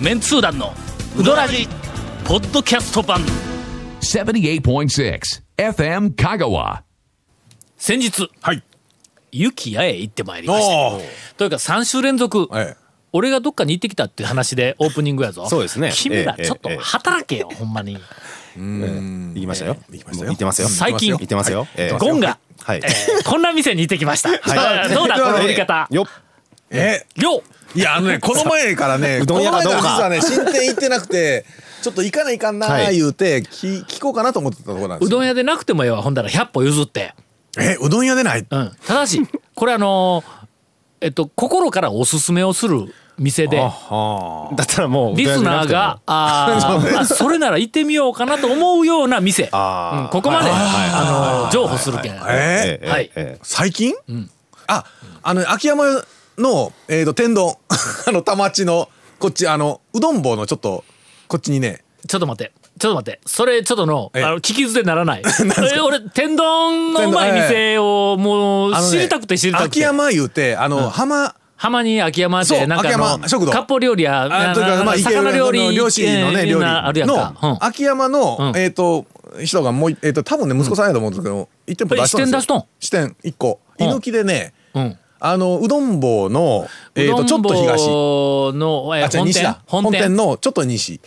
メンツー団のウドラジポッドキャスト版78.6 FM Kagawa. 先日はい。雪屋へ行ってまいりましたあというか3週連続、あ。え俺がどっかに行ってきたっていう話でオープニングやぞ そうですね君らええちょっとええ働け よ、ほんまに行きましたよ。行きましたよもう行ってますよ。最近行ってますよ。ええゴンが、はい。えーこんな店に行ってきました、 はいどうだこの売り方よっ。え。よういや、あの ね、この前からね、うどん屋かどうかこの前ら実はね、新店行ってなくて、ちょっと行かないかんなはーい言うて、き聞こうかなと思ってたところなんでうすよ。どん屋でなくてもええわほんだら100歩譲って、え、うどん屋でない うん、ただしこれあのーえっと心からおすすめをする店ではだったらもう。リスナーが、 あーあそれなら行ってみようかなと思うような店、あーうんここまで、あのー譲歩するけん、えははいい。ええ最近あ、あの、秋山の、えっと、天丼。 あの、田町の、こっち、あの、うどん坊のちょっと、こっちにね、ちょっと待ってちょっと待ってそれちょっとのあえの聞き捨てなら ないえ俺天丼のうまい天丼店をもうあのね知りたくて知りたく秋て山言うて、あの、浜、浜に秋山っそてうなんか秋あの山食堂カッポ料理やあなというなか、まあ、な池魚上料の理両親のえね、ー料理なあるやんか、うんの、秋山の、うんえっと、人がもう、えっと、多分ね、息子さんやと思うんですけど、一店舗出したんですえ支よ。店出しとん支店一個。う居ん抜きでね、うんあの、うどん坊の、えっと、ちょっと東。東の、えあ、ーじゃ本西店だ。本店のちょっと西。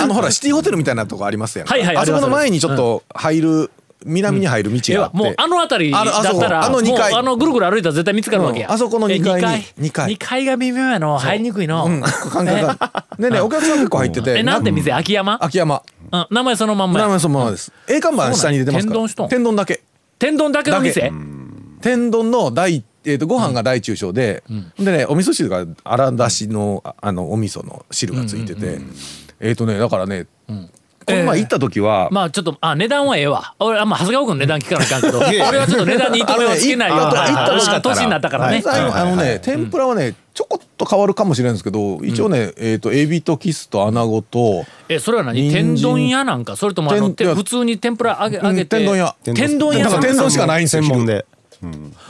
あの、ほら、シティホテルみたいなとこありますやんか。はいはいあそこの前あにりちますょっと入る、南に入る道えがあはって。もうあの辺りだあのあっそこたらあの二階もうあのぐるぐる歩いたら絶対見つかるわけや、うんあそこの二階にえ二二階二階が微妙やの入りにくいの、うん、感覚 が。ねえねえ、お客さん結構入ってえて。なんて店秋山、秋山。うん、名前そのまんまラーやメンそのままです。A 看板下に出てますかそら。うなんや天丼しとん天丼だけ。天丼だけの店だ天丼の大、えー、とご飯が大中小で、でねお味噌汁があらだしのああのお味噌の汁がついてて、えっ、とねだからね、この前行った時は、まあちょっとあ値段はええわ俺あんま長谷川君の値段聞かなきゃんけどいやいや俺はちょっと値段に糸目をつけないようあのねいなあの行ったうん年になったからね、最後あのね、天ぷらはねちょこっと変わるかもしれないんですけど一応ね、えっ、とエビとキスとアナゴとえそれは何人参天丼屋なんかそれともあの天ていや普通に天ぷら揚げ揚げて天丼屋天丼だ屋かさらん天丼しかないんですよ専門で。ほ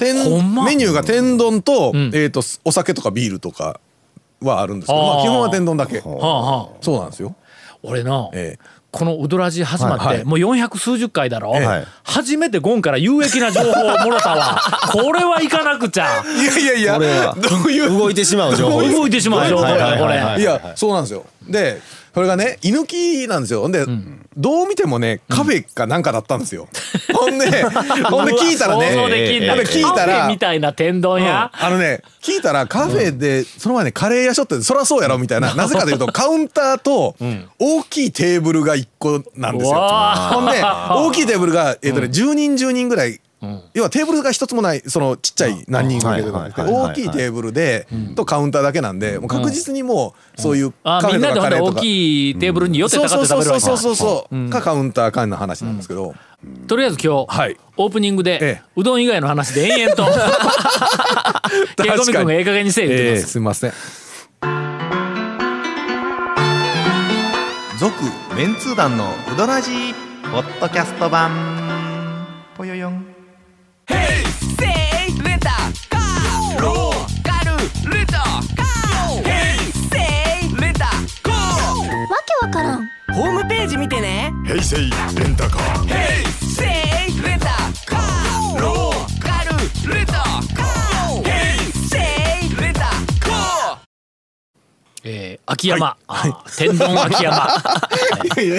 天んまメニューが天丼と,、んえっとお酒とかビールとかはあるんですけど、まあーあ、基本は天丼だけはあはあそうなんですよ。俺の、ええこの「ウドラジ」始まって、はいはいもう400数十回だろ、ええはい初めてゴンから有益な情報をもろた わこれは行かなくちゃいやいやいやこれはどういう動いてしまう情報です。 動いてしまう情報だはいはいはいはいこいいやや、そうなんですよ。で、それがね、居抜きなんですよ。ほんで、どう見てもね、カフェかなんかだったんですよ。ほんで、ほんで聞いたら ね、想像できんなほんで聞いたカフェら、みたいな天丼屋、あのね、聞いたらカフェで、その前ね、カレー屋しょって、そらそうやろみたいな、なぜかというと、カウンターと、大きいテーブルが1個なんですよ。うわーほんで、大きいテーブルが、えっとね、10人10人ぐらい、要はテーブルが一つもない、そのちっちゃい何人かけてなくて、はいはいはいはい大きいテーブルで、とカウンターだけなんで、もう確実にもう、そういうカあフみんェなとでかほんカでレー大とか。きいテーブルに寄ってそう立っそうて食べそうるわけそうだそうそう、かカウンターかの話なんですけど、とりあえず今日、はいオープニングで、ええうどん以外の話で延々 とケイコミ君がええ加減にせえ言ってます、すみません。続メンツー団のウドラジポッドキャスト版ぽよよんわけわからんホームページ見てね平成レンタカーセイレタカーローカルレタカーヘイセイレタカーえー秋山、あー天丼秋 山日え祝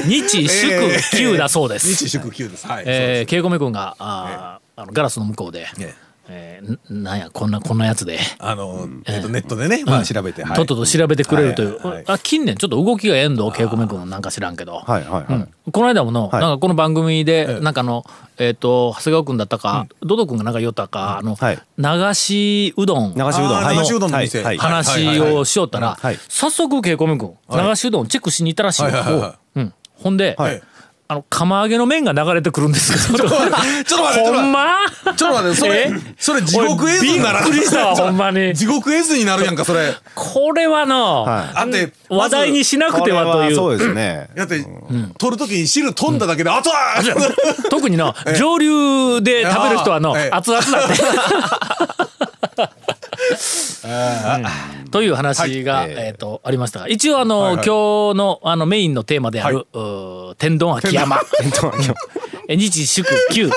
え休だそうです、日祝休です。はい。えー、ケイコメ君があー、あのガラスの向こうで、そうですねえーんなんやこんなこんなやつで、あの、えっとネットでね、まあ調べて、はいとっとと調べてくれるという、はいはいあ近年ちょっと動きが遠藤恵子め君なんか知らんけど、はいはいはいうんこの間もの、はいなんかこの番組で、えなんかあのえっ、と長谷川君だったか、ドド君がなんか言ったかあの、はい流しうどん流しうどん。あーはい流しうどんの店はいはい話をしよったら、はい早速恵子め君流しうどんをチェックしに行ったらしいよ、はいはいはいはいうん、ほんで、はいあの釜揚げの麺が流れてくるんですけどちょっと待って、ちょっほんと待って。まちょっと待って、それ、それ地獄絵図にならびっくりしたわほんまに地獄絵図になるやんか、それ。これはの、はいだって、話題にしなくこてれはとはいうそうですね。だって、取るときに汁飛んだだけで、あとは特にの上流で食べる人はの ええ熱々だってという話が、はいえーえっ、とありましたが、一応あの、はいは今い日のあのメインのテーマである、うー天丼秋山。 え 日祝休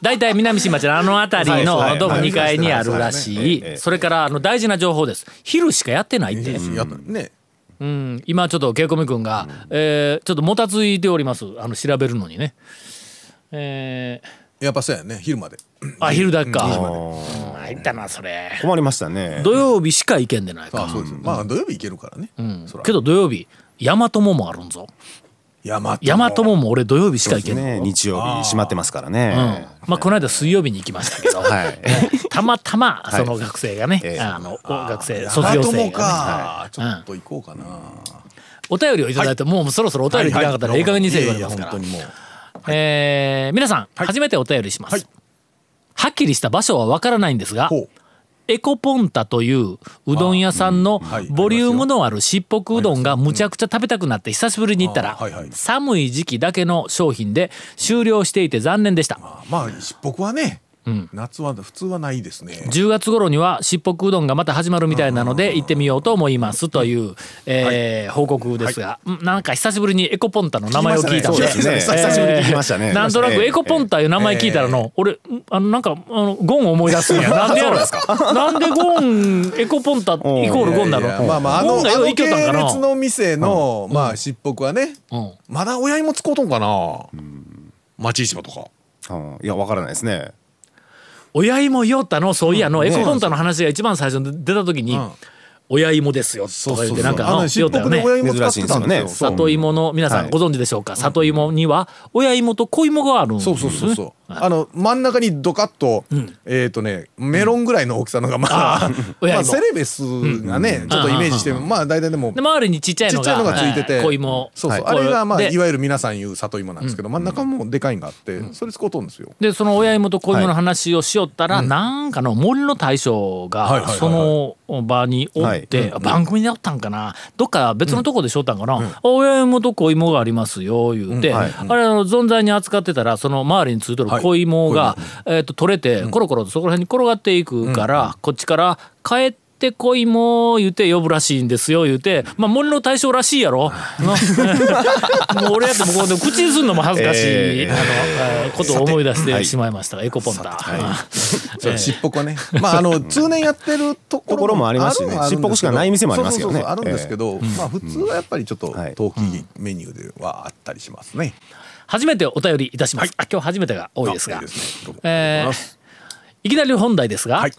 大体南新町のあの辺りはいはのいどうも2階にあるらはいしはいいそれからあの大事な情報です昼しかやってないって やっぱねうん今ちょっとけいこみ君が、えーちょっともたついておりますあの調べるのにねえやっぱそうやね昼までーあ昼だけかあうん入ったなそれー困りましたね。土曜日しか行けんでないあかそうですまあ土曜日行けるからねそらけど土曜日大和ももあるんぞ山大和もも俺土曜日しか行けんのね日曜日閉まってますからうんね。まあこの間水曜日に行きましたけど、はいね たまたまいその学生がね、ええあのお学生卒卒業生業が、ね生かちょはいっと行こうかなお便りをいただいて、もうそろそろお便りいただかったらええ加減にせえ言われますから、いやいや本当にもうえー皆さん、初めてお便りします、はいはっきりした場所はわからないんですがほうエコポンタといううどん屋さんのはいボリュームのあるしっぽくうどんがむちゃくちゃ食べたくなって久しぶりに行ったらあはいはい寒い時期だけの商品で終了していて残念でしたあまあしっぽくはね夏は普通はないですね10月頃にはしっぽくうどんがまた始まるみたいなので行ってみようと思いますという、えー報告ですが、うんなんか久しぶりにエコポンタの名前を聞いたんそうですね。えー久しぶりに聞きました ね。なんとなくエコポンタいう名前聞いたらの、俺んあのなんかあのゴンを思い出すんや なんでやろなんでゴンエコポンタイコールゴンなのいやいやまあまああゴのンがようあ生きよったんかの系列なの店のまあしっぽくはねうんまだ親芋使うとんかな町市場とかうんいやわからないですね。親芋よったのそういやの、ねエコポンタの話が一番最初に出た時に、ん親芋ですよとか言ってなんかあののしよっったぽよねくで親芋使ってたん珍しいんでですすよよね里芋の皆さはんいご存知でしょうか、里芋には親芋と小芋があるんですそねうそうそうそうあの真ん中にドカッとえっとねメロンぐらいの大きさのがまあ親ま芋あセレベスがねちょっとイメージしてまあ大体でもで周りにちっちゃいのがちっちゃいのがついててえー小芋そうそうはあれがまあでいわゆる皆さん言う里芋なんですけど真ん中もでかいんがあってそれ使うとんですよでその親芋と子芋の話をしよったら、なんかの森の大将はいはいがはいその場におっはいて、番組でおったんかなどっか別のとこでしょったんかな、あ親芋と子芋がありますよ言うて、うんはいあれあの存在に扱ってたらその周りについてる子芋が、えー、と取れてコロコロとそこら辺に転がっていくから、こっちから帰って。子芋言うて呼ぶらしいんですよ言うてまあ森の大将らしいやろな もう俺やってもこうで口にすんのも恥ずかしい、えーあのえーことを思い出してしまいましたが、エコポンタ、それしっぽくはね、まああの通年やってるところところもありますしねあるはあるんしっぽくしかない店もありますよそうそねうそうあるんですけど、まあ普通はやっぱりちょっとはい冬季メニューではあったりしますね。 初めてお便りいたします、あ今日初めてが多いですがあいいですねどうもえーいきなり本題ですが、はい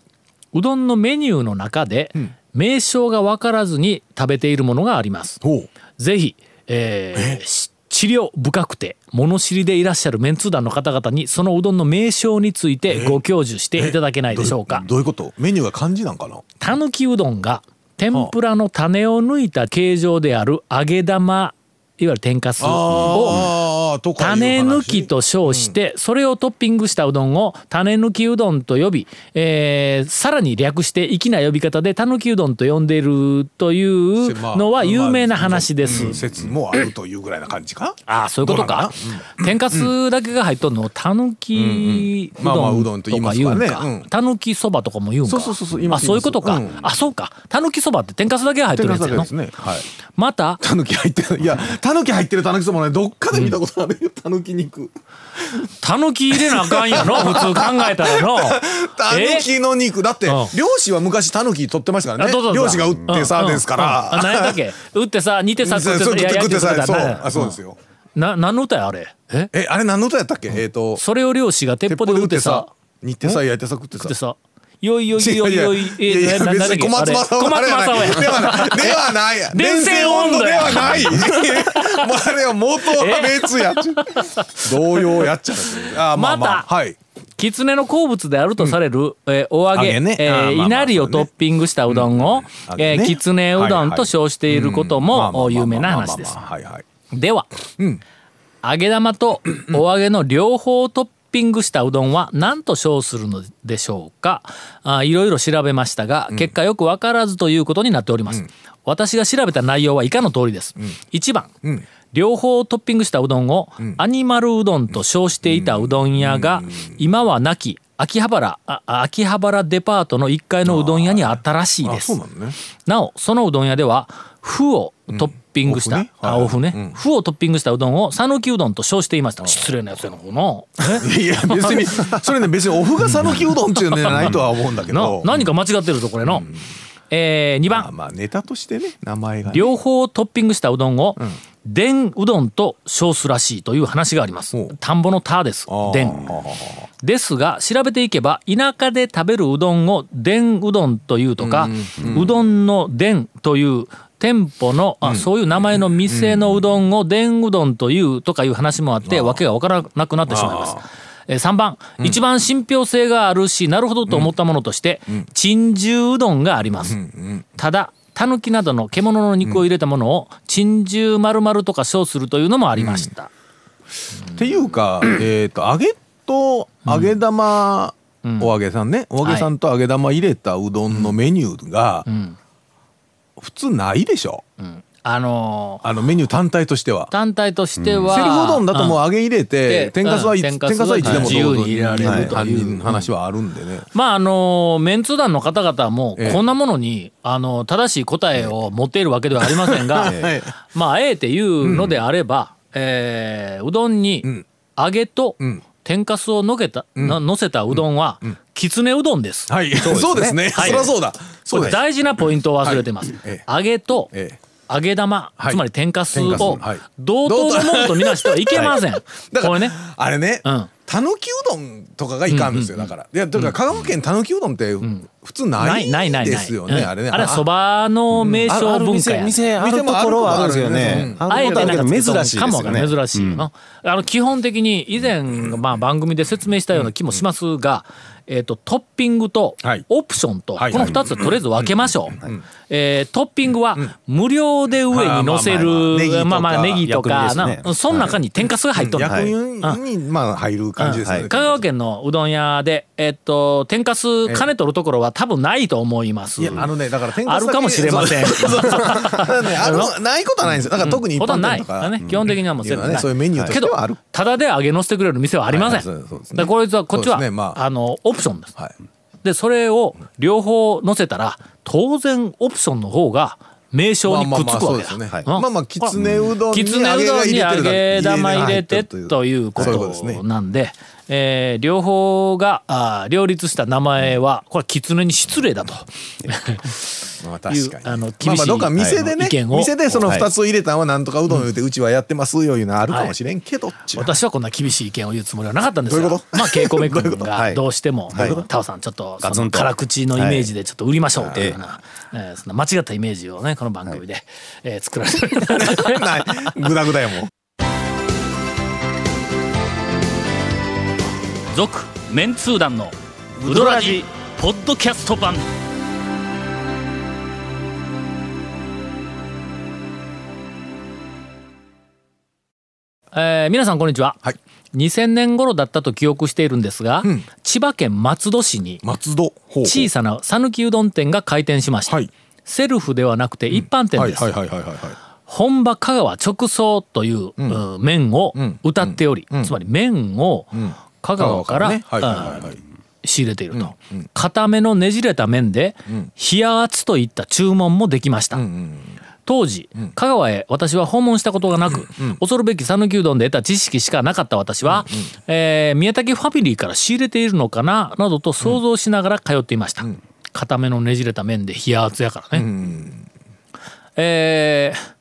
うどんのメニューの中で、名称が分からずに食べているものがありますほうぜひ、えーし治療深くて物知りでいらっしゃるメンツー団の方々にそのうどんの名称についてご教授していただけないでしょうかどういうこと？メニューが漢字なんかな？たぬきうどんが天ぷらの種を抜いた形状である揚げ玉いわゆる天かすをああとかいう話種抜き。と称してそれをトッピングしたうどんを種抜きうどんと呼び、えーさらに略して粋な呼び方でたぬきうどんと呼んでいるというまあのは有名な話です。うん説もあるというぐらいな感じか？ああそういうことか天かすだけが入っとんのをたぬきううんまあまあうどどんんととか言います言うからんねかうんたぬきそばとかも言うんかそうそうそうそう今あそういうことか言いますうんあそうかたぬきそばって天かすだけが入ってるやつやの天かすだけですね。はい。またタヌキ入ってる いやタヌキ入ってるタヌキそばねどっかで見たことあるよタヌキ肉。たぬき入れなあかんやろ普通考えたらのタヌキの肉だってうん漁師は昔タヌキ取ってましたからあねどうぞどうぞ漁師が売ってうんさうんですかうんあ何やったらっけ打ってさ煮てさ食って そういや食ってさ焼いてそう食ってあそうですよな何の歌やあれええあれ何の歌やったっけえっとそれを漁師が鉄砲で打ってさ煮てさ焼いてさ食って食ってささよいよいいやよいいやよいえいやいななやん別だっけに小松政あれ夫小あれ松やない政夫でやはないではない 電線温度でやはない もうあれは元は別や同様やっちゃうあまあままたあはい狐の好物であるとされる、えーお揚げ揚げねえあーーまあまあいなりをトッピングしたうどんを、揚えげねー狐うどんと称していることまあまあまあまもあ有名な話ですまあまあはいはいでは、揚げ玉 とお揚げの両方をトッピングしたうどんは何と称するのでしょうかあいろいろ調べましたが結果よく分からずということになっております、私が調べた内容は以下の通りです、1番、両方をトッピングしたうどんをアニマルうどんと称していたうどん屋が今はなき秋葉原あ秋葉原デパートの1階のうどん屋にあったらしいあでそすうなのねなおそのうどん屋では麩をトッピングした、うんあおお麩麩ねね麩をトッピングしたうどんを讃岐うどんと称していました失礼なやつやなこのいや別にそれね別におふがさぬきうどんっていうのじゃないとは思うんだけなど何か間違ってるぞこれの、え2番あまあネタとしてね名前がね両方トッピングしたうどんを「でんうどん」と称すらしいという話がありますほう田んぼの「田」ですあ「でんあ」ですが調べていけば田舎で食べるうどんを「でんうどん」というとかうどんの「でん」という店舗のあそういう名前の店のうどんを「でんうどん」というとかいう話もあって訳が分からなくなってしまいます。えー3番、一番信憑性があるしなるほどと思ったものとして珍獣うどんがあります、ただタヌキなどの獣の肉を入れたものを珍獣丸々とか称するというのもありました、っていうか、えっと揚げと揚げ玉、お揚げさんねお揚げさんと揚げ玉入れたうどんのメニューがん普通ないでしょ、あのーあのメニュー単体としては。単体としては、セルフうどんだともう揚げ入れうんて天かすはいつでうん天かすはいつで天もかすは自由に入れられるはいというはい話はあるんでね。まああのメンツ団の方々もええこんなものに、あの正しい答えを持っているわけではありませ んが、まああえて言うのであれば、えーうどんにん揚げとん天かすをのけた、なのせたうどんは、きつねうどんです。はい、そうですね。はいそりゃそうだ。そこうれです。大事なポイントを忘れてます。え揚げとええ揚げ玉、はいつまり天かす天かすをはい同等のものとみなしてはいけません。だかこれらね。あれねうん、たぬきうどんとかがいかんですよ。だから、いや、だから香川県たぬきうどんって普通なないないないないい。ですようね。んあれね。あれはそばの名あ称る文化店や。店あるところはあるんですよね。あえてなんかあるけど珍珍ししいいでかすもよねね。珍しい、あの基本的に以前、まあ、番組で説明したような気もしますが、えー、とトッピングとはいオプションと、はいこの2つはとりあえず分けましょう、えートッピングは無料で上に乗せる、うんまあままあまああネネギギととかか薬味ですねなその中に天かすが入っとる、役員にまあ入る感じですようね。ん香川県のうどん屋で、えっと天かす金取るところは多分ないと思いますいやあのねだから天あるかもしれません そうそうそうだからねあのないことはないんですよだから特に一ほと般んどな店いかとらかね、基本的にはもう全部いなういのはねそういうメニューとけしてどはあるただで揚げのせてくれる店はありません、はいはいそうそうですねだからこれはこっちそは、うですねまああのオプションです、はいでそれを両方載せたら当然オプションの方が名ま称あにまくあっまつあくわそうけでだすねうんまあまあきつねうどんきにつね揚うげどんに揚げ玉入れてというというこそういうことですねとなんで、えー両方があー両立した名前はこれはきつねに失礼だとまあいう確かにあのま厳あしい、まあどっか店あでのね意見を店でその二つを入れたんはなんとかうどん言うてうちはやってますよいうのあるかもしれんけどっちゅう私はこんな厳しい意見を言うつもりはなかったんですがどういうことまあ稽古めくんはがいどうしてもはい「タオさんちょっとガそツのンと辛口のイメージでちょっと売りましょう」というような、えーそんな間違ったイメージをねこの番組で、えー作られてるないグダグダやもん 続メンツー団のウドラジポッドキャスト版えー皆さんこんにちは、はい2000年頃だったと記憶しているんですが、うん千葉県松戸市に松戸小さな讃岐うどん店が開店しました、はいセルフではなくて一般店はいです、はいはいはいはいは本場香川直送という、うん麺をん歌っており、つまり麺をん香い川から、ねはいはいはいうんはい仕入れていると、固めのねじれた麺で、冷圧といった注文もできました、当時、香川へ私は訪問したことがなく、恐るべき讃岐うどんで得た知識しかなかった私は、えー宮崎ファミリーから仕入れているのかななどと想像しながら通っていました、固めのねじれた麺で冷圧やからね、えー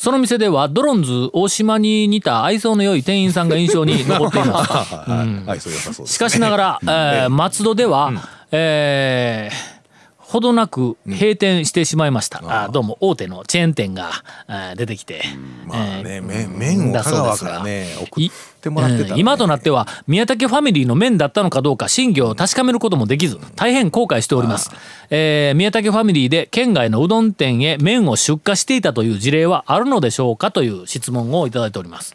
その店ではドロンズ大島に似た愛想の良い店員さんが印象に残っていますはいはいそう良 さそうですしかしながら、えー松戸では、えーほどなく閉店してしまいました、あーどうも大手のチェーン店がえー出てきて、まあえねー麺麺をだ香そうで川すかがらね送いってもらってたらうねん今となっては宮武ファミリーの麺だったのかどうか真偽を確かめることもできず大変後悔しております、えー宮武ファミリーで県外のうどん店へ麺を出荷していたという事例はあるのでしょうかという質問をいただいております、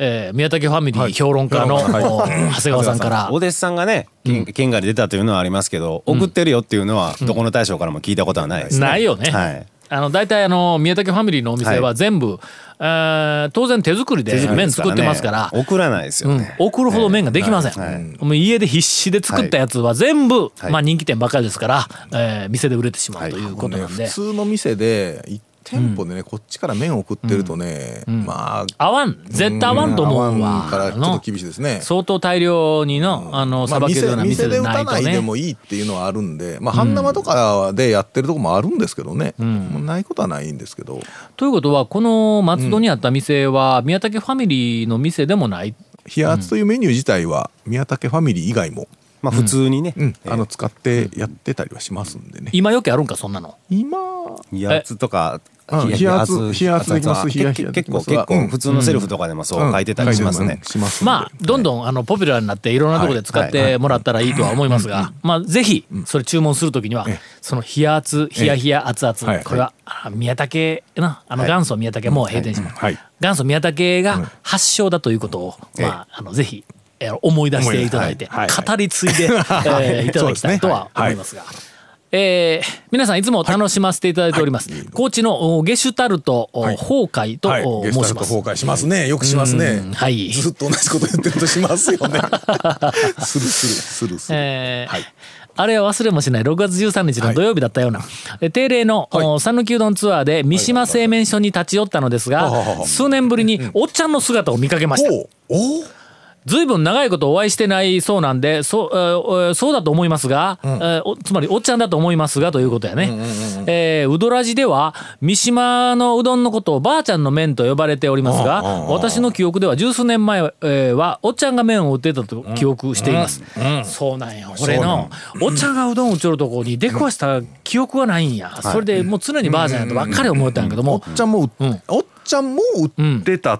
えー宮武ファミリー評論家の、評論家はいお長谷川さんからお弟子さんがね県県外に出たというのはありますけど送ってるよっていうのはどこの大将からも聞いたことはないですね。ないよねはい。あの大体あの宮崎ファミリーのお店はは全部、えー当然手作りで手作りで麺す作ってますから、ね送らないですうよんね、、 送るほど麺ができません、はいはいもう家で必死で作ったやつは全部、はいまあ、人気店ばかりですから、えー店で売れてしまはういということねなんで、普通の店で一店舗でね、こっちから麺を送ってるとね、まあ合わん絶対合わんと思うわ合からちょっと厳しいですね相当大量にのあのまさあばけるような店店でで打なたいとないでねもいいっていうのはあるんで、まあ、半生とかでやってるとこもあるんですけどね、もうないことはないんですけどということはこの松戸にあった店は宮武ファミリーの店でもない冷や圧というメニュー自体は宮武ファミリー以外も、まあ普通にね、うんあの使ってやってたりはしますんでね、今よくあるんかそんなの今冷圧とかうん冷圧冷圧できます冷や冷やで結きま構すわ結う構ん普通のセルフとかでもそう書いてたりしますねうん、しますんでまあどんどんあのポピュラーになっていろんなところで使っはいてもらったらいいとは思いますが、まあぜひそれ注文するときにはええその冷や熱冷や冷や熱は々いこれはあ宮武なあの元祖宮武もう閉店しますはい元祖宮武が発祥だということをまああのぜひえー思い出していただいて思い出はいはい語り継い でえーいただきたいとは思いますが。えー皆さんいつも楽しませていただいております、高知のおゲシュタルト、おはい崩壊と、はいおゲ申スしタルトます崩壊しますねよくしますねうんはいずっと同じこと言ってるとしますよね するするするする、えーあれは忘れもしない6月13日の土曜日だったような、え定例のはいお讃岐、うどんツアーで三島製麺所に立ち寄ったのですが、はいはいはい数年ぶりにおっちゃんの姿を見かけました、おうおうずいぶん長いことお会いしてないそうなんでそう,えー、えーそうだと思いますが、えーおつまりおっちゃんだと思いますがということやね、えーうどらじでは三島のうどんのことをばあちゃんの麺と呼ばれておりますが私の記憶では十数年前はえーはおっちゃんが麺を売ってたと記憶しています、そうなんや俺のおっちゃんがうどんを売っちょるとこに出くわした記憶はないんや、それでもう常にばあちゃんやとばっかり思ってたんやけども、おっちゃんも、うんおっちゃんも売ってた、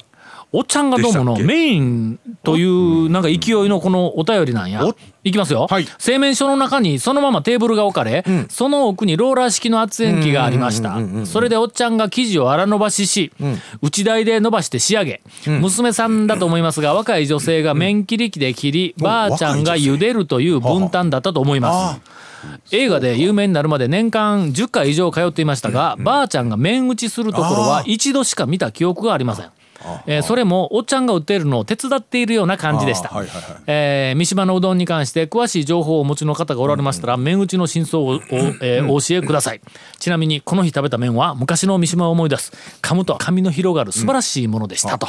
おっちゃんがどうものでしたっけメインというなんか勢いのこのお便りなんやお。いきますよ、はい製麺所の中にそのままテーブルが置かれ、その奥にローラー式の圧煙機がありましたそれでおっちゃんが生地を荒伸ばしし、打ち台で伸ばして仕上げ、娘さんだと思いますが若い女性が麺切り機で切り、ばあちゃんが茹でるという分担だったと思います。映画で有名になるまで年間10回以上通っていましたが、ばあちゃんが面打ちするところは一度しか見た記憶がありません。えーそれもおっちゃんが売っているのを手伝っているような感じでした、あーはいはいはいえー三島のうどんに関して詳しい情報をお持ちの方がおられましたら、麺打ちの真相をお、えーお教えくだ さいちなみにこの日食べた麺は昔の三島を思い出す噛むと髪の広がる素晴らしいものでしたと,、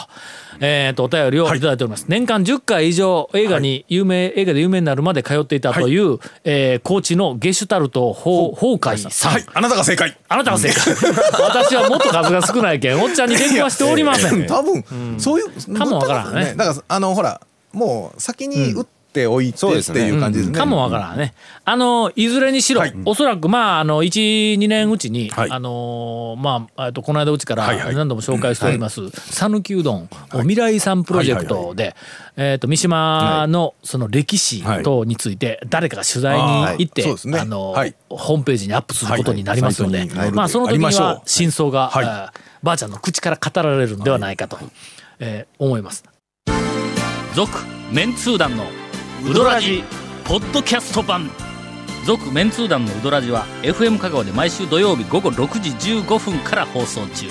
えーとお便りをいただいております、年間10回以上映画に有名、映画で有名になるまで通っていたという、えー高知のゲシュタルト崩崩壊さん、はいあなたが正解あなたが正 解私はもっと数が少ないけんおっちゃんに出くわしておりません 多分、そういうかもわからんねだからあのほらもう先に打っておいてそうっでてすねいう感じですね、かもわからんね。あのいずれにしろ、おそらくまああの一二年うちに、はいあのーまあえっとこの間うちからはいはい何度も紹介しております讃岐、うどん、未来さんプロジェクトで、えっと三島のその歴史等について誰かが取材に行って、あーはいそうですねあのーはいホームページにアップすることになりますので、はいはいサイトに載るまあその時にありましょはう真相が、はいあーばあちゃんの口から語られるんではないかと、えー思います。続メンツー団のウドラジポッドキャスト版続メンツー団のウドラジは FM 香川で毎週土曜日午後6時15分から放送中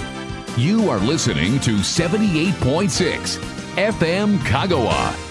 You are listening to 78.6 FM Kagawa.